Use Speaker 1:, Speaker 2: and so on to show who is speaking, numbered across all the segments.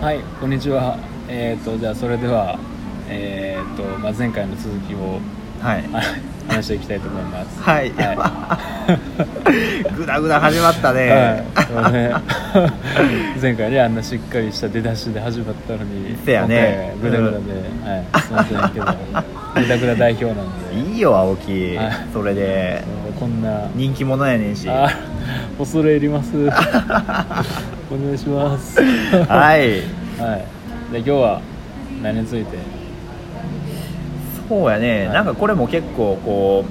Speaker 1: はいこんにちはえっ、とじゃあそれではえっ、と、まあ、前回の続きを
Speaker 2: はい
Speaker 1: あ話していきたいと思います
Speaker 2: はい、ぐだぐだ始まったね、
Speaker 1: はいそうね 前回ねあんなしっかりした出だしで始まったのに
Speaker 2: せやね
Speaker 1: 今回はグダグダで、はいすいませんけどグダグダ代表なんで
Speaker 2: いいよ青木、
Speaker 1: はい
Speaker 2: それで
Speaker 1: そうこんな
Speaker 2: 人気者やねんし
Speaker 1: あ
Speaker 2: は
Speaker 1: 恐れ入りますお願いします
Speaker 2: い
Speaker 1: はい、で今日は何について
Speaker 2: そうやね、
Speaker 1: はい
Speaker 2: なんかこれも結構こ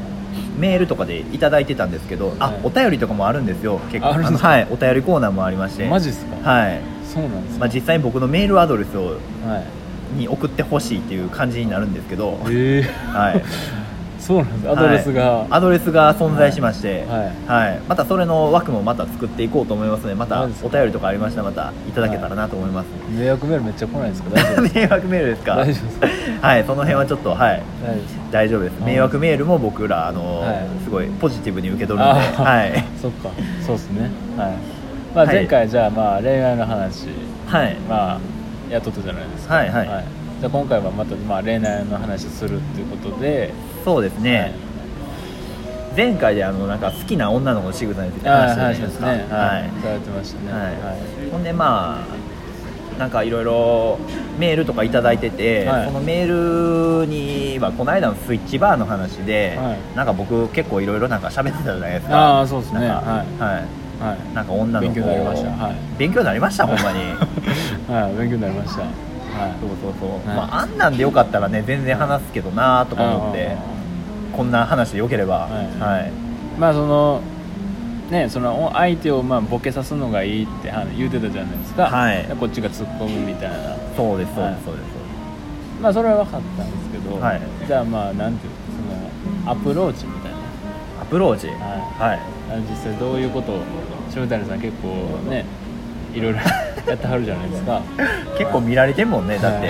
Speaker 2: うメールとかでいただいてたんですけど、
Speaker 1: はい
Speaker 2: あお便りとかもあるんですよ結
Speaker 1: あ
Speaker 2: 構
Speaker 1: るんですか
Speaker 2: はいお便りコーナーもありまして
Speaker 1: マジっすか、
Speaker 2: はい、
Speaker 1: そうなんです
Speaker 2: ま
Speaker 1: か、
Speaker 2: あ、実際に僕のメールアドレスを
Speaker 1: はい
Speaker 2: に送ってほしいっていう感じになるんですけど、
Speaker 1: ええ
Speaker 2: はい、
Speaker 1: そうなんですアドレスが、
Speaker 2: はいアドレスが存在しまして、
Speaker 1: はい
Speaker 2: はいまたそれの枠もまた作っていこうと思いますのでまた
Speaker 1: マ
Speaker 2: お
Speaker 1: ジですか
Speaker 2: 便りとかありましたらまたいただけたらなと思います、
Speaker 1: 迷惑メールめっちゃ来ない ですか大丈夫です
Speaker 2: 迷惑メールです
Speaker 1: 大
Speaker 2: か
Speaker 1: 丈夫ですか
Speaker 2: はいその辺はちょっとはい
Speaker 1: 大丈夫です
Speaker 2: 大丈夫です
Speaker 1: うん
Speaker 2: 迷惑メールも僕らあの、
Speaker 1: はい
Speaker 2: すごいポジティブに受け取るの
Speaker 1: あ
Speaker 2: で、
Speaker 1: ー
Speaker 2: はい、
Speaker 1: そっかそうですねはい、まあ、
Speaker 2: はい
Speaker 1: 前回じゃあまあ恋愛の話
Speaker 2: はい、
Speaker 1: まあやっとったじゃないですか
Speaker 2: はいはい
Speaker 1: じゃあ今回はまたまあ恋愛の話するっていうことで
Speaker 2: そうですね、前回であのなんか好きな女の子の仕草について
Speaker 1: はい、
Speaker 2: 話
Speaker 1: あ
Speaker 2: し
Speaker 1: ー話
Speaker 2: た
Speaker 1: し
Speaker 2: じゃな
Speaker 1: ま
Speaker 2: いで
Speaker 1: ね
Speaker 2: すすか
Speaker 1: は
Speaker 2: はい
Speaker 1: いされてましたね
Speaker 2: はい、ほんでまあなんかいろいろメールとか頂いただいてて、
Speaker 1: はい
Speaker 2: そのメールにはこの間のスイッチバーの話で、
Speaker 1: はい
Speaker 2: なんか僕結構いろいろなんか喋ってたじゃないですか
Speaker 1: ああそうですね
Speaker 2: なんか
Speaker 1: は
Speaker 2: はい
Speaker 1: いはい
Speaker 2: なんか女の
Speaker 1: 勉
Speaker 2: 子
Speaker 1: 強になりましたはい
Speaker 2: 勉強になりましたほん まに
Speaker 1: はい、勉強になりました。は
Speaker 2: そうそうそう、
Speaker 1: はい
Speaker 2: まああんなんでよかったらね全然話すけどなー
Speaker 1: い。
Speaker 2: とか思ってこんな話でよければ
Speaker 1: はい
Speaker 2: はい
Speaker 1: まあ、その。ね、その相手をまあボケさすのがいいっては言うてたじゃないですか、
Speaker 2: はい
Speaker 1: でこっちが突っ込むみたいな
Speaker 2: そうですそう
Speaker 1: は
Speaker 2: で
Speaker 1: い
Speaker 2: すそうですそうです
Speaker 1: まあそれは分かったんですけど、
Speaker 2: はい
Speaker 1: じゃあまあなんていうのそのアプローチみたい
Speaker 2: アプローチ
Speaker 1: な、は
Speaker 2: はい
Speaker 1: い、あの実際どういうことを塩谷さん結構ねいろいろ やってはるじゃないですか
Speaker 2: 結構見られてんもんねだって、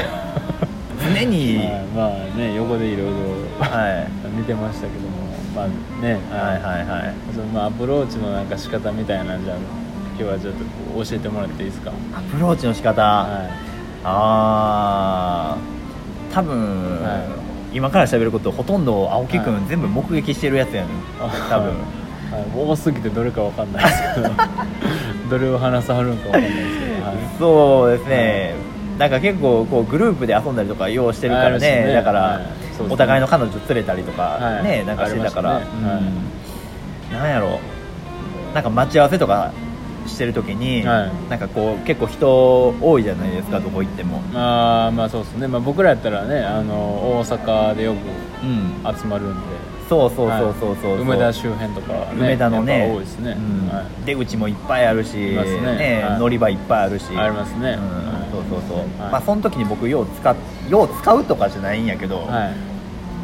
Speaker 2: 常に、
Speaker 1: はいまあね横でいろい
Speaker 2: はい
Speaker 1: ろ見てましたけどもまあね、
Speaker 2: はいはいはい
Speaker 1: そのまあアプローチのなんか仕方みたいなんじゃ今日はちょっとこう教えてもらっていいですか
Speaker 2: アプローチの仕方、
Speaker 1: は
Speaker 2: あー多分、
Speaker 1: は
Speaker 2: 今から喋ることほとんど青木君、
Speaker 1: はい
Speaker 2: 全部目撃してるやつやねん
Speaker 1: あ
Speaker 2: 多分
Speaker 1: い、はい、多すぎてどれかわかんないですけど どれを話さはるんかわかんないですけど、はい
Speaker 2: そうですね、なんか結構こうグループで遊んだりとかようしてるから
Speaker 1: ありま
Speaker 2: ね
Speaker 1: すね
Speaker 2: だから、
Speaker 1: はいそうですね
Speaker 2: お互いの彼女連れたりとか、
Speaker 1: はい
Speaker 2: ねなんかしてたから、
Speaker 1: ありましたね
Speaker 2: うんなんやろなんか待ち合わせとかしてる時に、
Speaker 1: はい
Speaker 2: なんかこう結構人多いじゃないですかどこ行っても、
Speaker 1: まあまあそうですね、まあ、僕らやったらねあの大阪でよく
Speaker 2: うん、
Speaker 1: 集まるんで
Speaker 2: そうそうそうそうそうそう、
Speaker 1: はい梅田周辺とかは、ね、
Speaker 2: 梅田の
Speaker 1: やっ
Speaker 2: ね
Speaker 1: ぱ多いですね、
Speaker 2: うん
Speaker 1: はい
Speaker 2: 出口もいっぱいあるし、
Speaker 1: いますねはい
Speaker 2: 乗り場いっぱいあるし
Speaker 1: ありますね
Speaker 2: うん
Speaker 1: はい
Speaker 2: そうそうそう、
Speaker 1: はい
Speaker 2: まあその時に僕よう使っよう使うとかじゃないんやけど、
Speaker 1: はい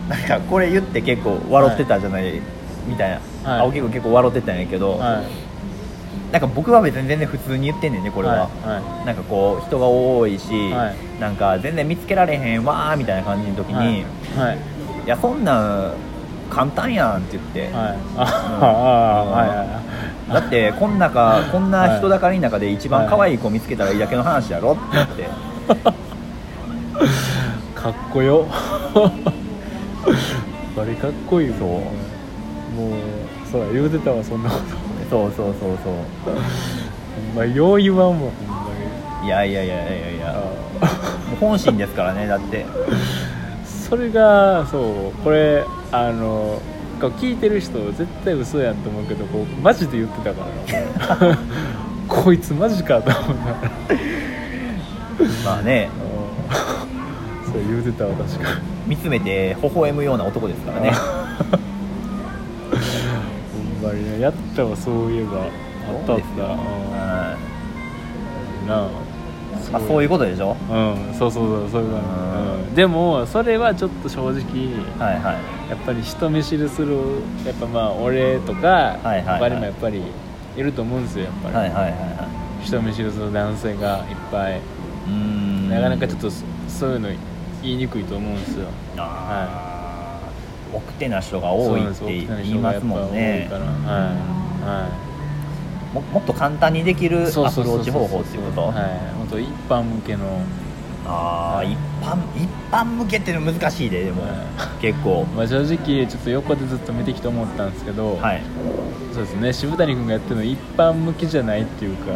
Speaker 2: なんかこれ言って結構笑ってたじゃない、みたいな、
Speaker 1: はい
Speaker 2: 青木君結構笑ってたんやけど、
Speaker 1: はい
Speaker 2: なんか僕は別に全然普通に言ってんねんねこれは、
Speaker 1: はいは
Speaker 2: なんかこう人が多いし、
Speaker 1: はい
Speaker 2: なんか全然見つけられへんわーみたいな感じの時
Speaker 1: い
Speaker 2: に、
Speaker 1: はい
Speaker 2: い、
Speaker 1: はい
Speaker 2: やそんなん簡単やんって言って、
Speaker 1: はいあ、
Speaker 2: うん
Speaker 1: はいはいはい
Speaker 2: だってこん中こんな人だかりの中で一番可愛い子見つけたらいいだけの話やろって言って
Speaker 1: かっこよ バリかっこいい
Speaker 2: そう
Speaker 1: もうそうや言うてたわそんなこと
Speaker 2: そうそうそうそ
Speaker 1: まあよう言わんもんほんまに
Speaker 2: ういやいやいやいやいや
Speaker 1: あ
Speaker 2: もう本心ですからねだって
Speaker 1: ーそれがそうこれあのこう聞いてる人絶対嘘やんと思うけどこうマジで言ってたから なこいつマジかと思うながら
Speaker 2: まあね
Speaker 1: あーそう言うてたわ確かに
Speaker 2: 見つめて微笑むような男ですからね
Speaker 1: ほんまにねやったわそういえばあったあっ
Speaker 2: そうです
Speaker 1: た
Speaker 2: よ
Speaker 1: あ
Speaker 2: う
Speaker 1: ーなあ
Speaker 2: んまあそういうことでしょ
Speaker 1: うん、そうそうそうそういう感
Speaker 2: うん
Speaker 1: じ、うん、でもそれはちょっと正直
Speaker 2: はいはい
Speaker 1: やっぱり人見知りするやっぱまあ俺とか
Speaker 2: はいはいは
Speaker 1: 他
Speaker 2: い
Speaker 1: にもやっぱりいると思うんですよやっぱり、
Speaker 2: はいはいはいは
Speaker 1: 人見知りする男性がいっぱい
Speaker 2: いうーん
Speaker 1: なかなかちょっ
Speaker 2: と
Speaker 1: とそそういうの言いにくいと思うんですよ
Speaker 2: ああ奥手な人が多いって言いますもんね
Speaker 1: そうなんですよ大きな人がやっぱ多いからはいはい
Speaker 2: ももっと簡単にできるアプローチ方法っていうこと
Speaker 1: はいもっとそう一般向けの
Speaker 2: ああ一般一般向けっていうの難しいででも、
Speaker 1: は
Speaker 2: 結構
Speaker 1: まあ正直ちょっと横でずっと見てきて思ったんですけど、
Speaker 2: はい、
Speaker 1: そうですね渋谷君がやってるの一般向けじゃないっていうか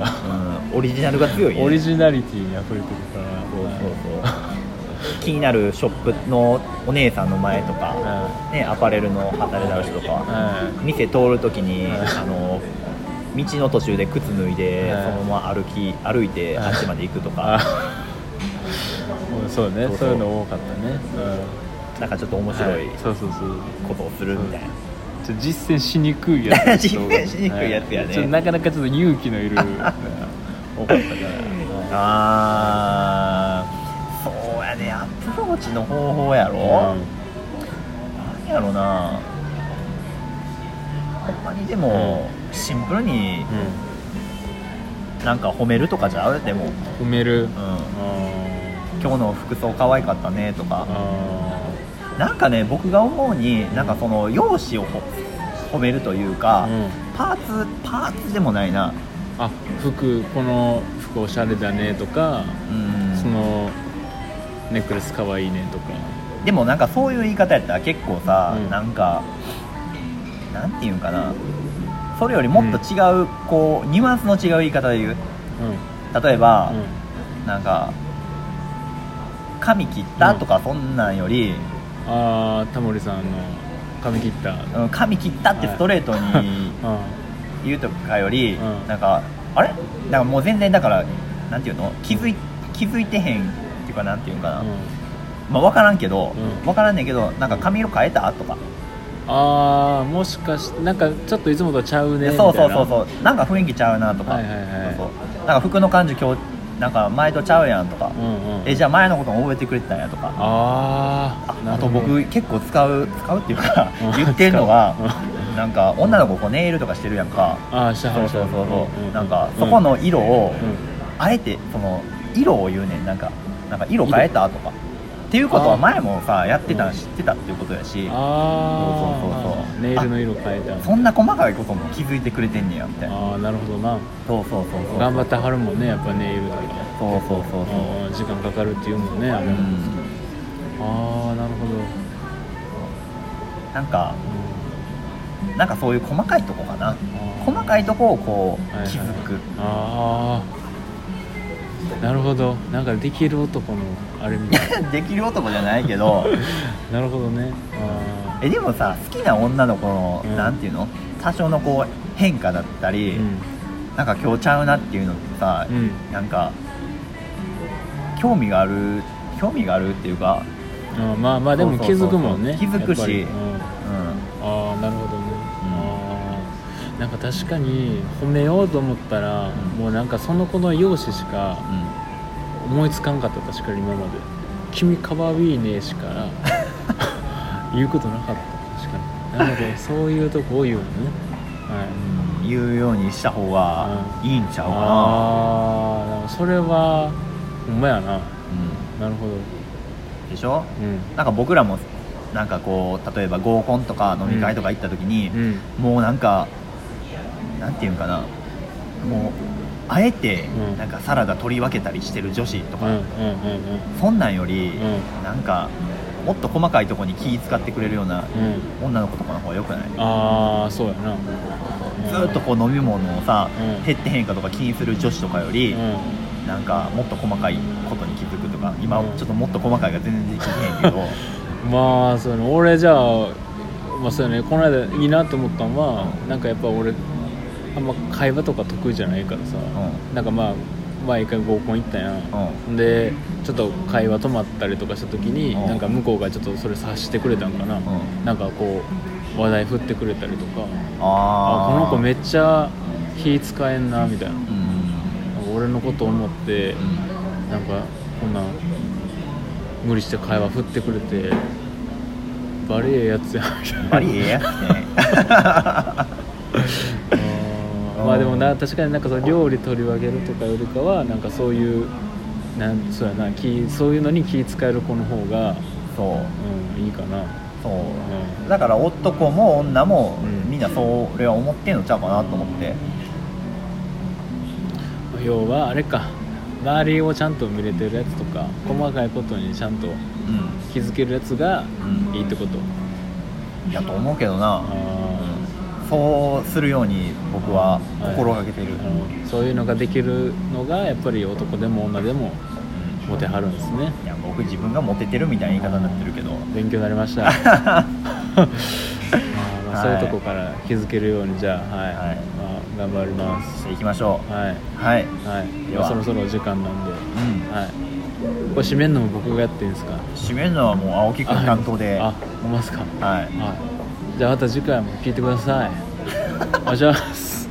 Speaker 2: うん、オリジナルが強いね
Speaker 1: オリジナリティにあふれてるから
Speaker 2: そうそう
Speaker 1: はい
Speaker 2: そう 気になるショップのお姉さんの前とか、
Speaker 1: は
Speaker 2: ね、アパレルの働いてる人とか、
Speaker 1: いは
Speaker 2: 店通るときに、
Speaker 1: はい
Speaker 2: あの道の途中で靴脱いで、
Speaker 1: はい
Speaker 2: そのまま歩き歩いて
Speaker 1: はい
Speaker 2: あっちまで行くとか、
Speaker 1: あも うそうね
Speaker 2: そうそう
Speaker 1: そういうの多かったね、
Speaker 2: なんかちょっと
Speaker 1: うん、
Speaker 2: 面白い
Speaker 1: はそうそうそう
Speaker 2: ことをするみたいな、
Speaker 1: ちょっと実践しにくいやつ
Speaker 2: 実践しにくいやつやね
Speaker 1: はちょっとなかなかちょっと勇気 のいる多かったから
Speaker 2: あーそうやねアプローチの方法や
Speaker 1: う
Speaker 2: ろ、
Speaker 1: ん
Speaker 2: なんやろなほんまにでも、シンプルになんか褒めるとかじゃうでも、うん、
Speaker 1: うん埋める
Speaker 2: 今
Speaker 1: あ
Speaker 2: 日の服装可愛かったねと
Speaker 1: ー
Speaker 2: か
Speaker 1: あ
Speaker 2: なんかね僕が思うになんかその容姿をほ褒めるというか、
Speaker 1: ーうん
Speaker 2: パーツパーツでもないな
Speaker 1: あ服この服おしゃれだねとか、
Speaker 2: うん
Speaker 1: そのネックレスかわいいねとか
Speaker 2: でもなんかそういう言い方やったら結構さ、
Speaker 1: うん
Speaker 2: なんかなんていうんかなそれよりもっと違う、こうニュアンスの違う言い方で言う例えば、
Speaker 1: う
Speaker 2: なんか髪切ったとかそんなんより、
Speaker 1: ん、ああタモリさんの髪切った
Speaker 2: うん髪切ったってストレート に
Speaker 1: あ
Speaker 2: 言うとかより、
Speaker 1: うん
Speaker 2: なんかあれなんかもう全然だからなんていうの気づい気づいてへんっていうかなんていうんかな、
Speaker 1: ー、うん、
Speaker 2: まあ分からんけど、
Speaker 1: うん
Speaker 2: 分からんねんけどなんか髪色変えたとか、
Speaker 1: あーもしかしてなんかちょっといつもとちゃうねみたい
Speaker 2: そ
Speaker 1: な
Speaker 2: うそうそうそうなんか雰囲気ちゃうなとか、
Speaker 1: はいはいはい
Speaker 2: そうそうなんか服の感じ今日なんか前とちゃうやんとか、
Speaker 1: うんうん、
Speaker 2: えじゃあ前のことも覚えてくれてたんやとか
Speaker 1: あ
Speaker 2: あ
Speaker 1: ーな
Speaker 2: あ
Speaker 1: るほ
Speaker 2: と
Speaker 1: ど
Speaker 2: 僕結構使う使うっていうか
Speaker 1: うん
Speaker 2: 言ってるのが
Speaker 1: う
Speaker 2: なんか女の子こうネイルとかしてるやんか
Speaker 1: ああしゃは
Speaker 2: そう
Speaker 1: るしゃ
Speaker 2: そ
Speaker 1: は
Speaker 2: う
Speaker 1: る
Speaker 2: そうそう、
Speaker 1: うん
Speaker 2: なんかそこの色を、
Speaker 1: うん
Speaker 2: あえてその色を言うねんなんかなんか色変えたとかっていうことは前もさやってた
Speaker 1: うん
Speaker 2: ん知ってたっていうことやし
Speaker 1: あ
Speaker 2: そうそうそうそ
Speaker 1: あ
Speaker 2: う
Speaker 1: ネイルの色変えた
Speaker 2: そんな細かいことも気づいてくれてんねやみたいな
Speaker 1: ああなるほどな
Speaker 2: そうそうそうそう
Speaker 1: 頑張ってはるもんねやっぱネイルとか
Speaker 2: そうそうそうそう
Speaker 1: あー時間かかるっていうもんねあれ、
Speaker 2: うん
Speaker 1: ああなるほど、
Speaker 2: なんかなんかそういう細かいとこかな
Speaker 1: あー
Speaker 2: 細かいとこをこ
Speaker 1: はいは
Speaker 2: う
Speaker 1: い
Speaker 2: 気づく、
Speaker 1: ああなるほどなんかできる男のあれみ たい
Speaker 2: できる男じゃないけ ど
Speaker 1: ななるほどねあ
Speaker 2: えでもさ好きな女の子の、
Speaker 1: うん
Speaker 2: なんていうの多少のこう変化だった
Speaker 1: ー
Speaker 2: り、
Speaker 1: うん
Speaker 2: なんか今日ちゃうなっていうのってさ、
Speaker 1: うん
Speaker 2: なんか興味がある興味があるっていうか、
Speaker 1: あーまあまあでも
Speaker 2: そう
Speaker 1: 気
Speaker 2: そうそうそう
Speaker 1: づくもんね
Speaker 2: 気づくし
Speaker 1: やっぱりうん
Speaker 2: う
Speaker 1: ああなるほどね、ああなんか確かに褒めようと思ったら、
Speaker 2: ん
Speaker 1: もうなんかその子の容姿しか
Speaker 2: んうん、
Speaker 1: 思いつかんかった確かに今まで「君かわいいね」しか 言うことなかった確かになのでそういうとこ多いよねはい
Speaker 2: うん言うようにした方がいいんちゃうか
Speaker 1: ああーでもそれはほんまやな
Speaker 2: な、
Speaker 1: なるほど
Speaker 2: うんでしょ
Speaker 1: うん
Speaker 2: なんか僕らもなんかこう例えば合コンとか飲み会とか行った時に、
Speaker 1: うん
Speaker 2: もうなんかなんていうんかなもうあえて
Speaker 1: うん
Speaker 2: なんかサラダ取り分けたりしてる女子と
Speaker 1: うんうん
Speaker 2: か、
Speaker 1: うん
Speaker 2: そんなんよ
Speaker 1: うん
Speaker 2: り、
Speaker 1: うん
Speaker 2: なんかもっと細かいとこに気使ってくれるような
Speaker 1: うん
Speaker 2: 女の子とかの方が良くない
Speaker 1: ああそうやな
Speaker 2: ずーっとこう飲み物をさ、
Speaker 1: うん
Speaker 2: 減って変化とか気にする女子とかよ
Speaker 1: うん
Speaker 2: り、
Speaker 1: うん
Speaker 2: なんかもっと細かいことに気づくとか今
Speaker 1: うん
Speaker 2: ちょっともっと細かいが全然できてへん けど
Speaker 1: まあそうね俺じゃあまあそうねこの間いいなと思ったのはなんかやっぱ俺あんま会話とか得意じゃないからさ、
Speaker 2: う
Speaker 1: なんかまあ毎回合コン行ったやん、
Speaker 2: うん
Speaker 1: でちょっと会話止まったりとかした時に、
Speaker 2: うん
Speaker 1: なんか向こうがちょっとそれ察してくれたんかな、
Speaker 2: ん
Speaker 1: なんかこう話題振ってくれたりとかあ
Speaker 2: あー
Speaker 1: この子めっちゃ気使えんなみたいな
Speaker 2: うん
Speaker 1: なんか俺のこと思ってなんかこんな無理して会話振ってくれてバリええやつやんみたい
Speaker 2: うん
Speaker 1: な
Speaker 2: バリええやつね
Speaker 1: うん まあでもな確かになんかその料理取り分けるとかよりかはなんかそういうなんそうやな気そういうのに気使える子の方が、
Speaker 2: そう
Speaker 1: うん、いいかな、
Speaker 2: そううんだから男も女も
Speaker 1: うん
Speaker 2: みんなそれは思ってんのちゃうかなと思って
Speaker 1: 要はあれか周りをちゃんと見れてるやつとか細かいことにちゃんと
Speaker 2: う
Speaker 1: 気づけるやつが
Speaker 2: うん
Speaker 1: いいってこと、
Speaker 2: んやと思うけどな
Speaker 1: あ
Speaker 2: そうするように僕は心がけてる、
Speaker 1: ーあのそういうのができるのがやっぱり男でも女でもモテはるんですね
Speaker 2: いや僕自分がモテてるみたいな言い方になってるけど
Speaker 1: 勉強になりました まあまあそういうとこから気づけるようにじゃあはい、
Speaker 2: はい
Speaker 1: まあ、頑張ります
Speaker 2: していきましょ
Speaker 1: はいう
Speaker 2: はい、
Speaker 1: はい
Speaker 2: で
Speaker 1: まあ
Speaker 2: は
Speaker 1: そろそろお時間なんで
Speaker 2: うん、
Speaker 1: はいこれ締めるのも僕がやっていいんですか
Speaker 2: 締めるのはもう青木君担当で
Speaker 1: あ
Speaker 2: は
Speaker 1: ほんまっすか
Speaker 2: い、
Speaker 1: はいじゃあまた次回も聞いてくださいお願いします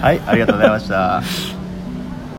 Speaker 2: はい、ありがとうございました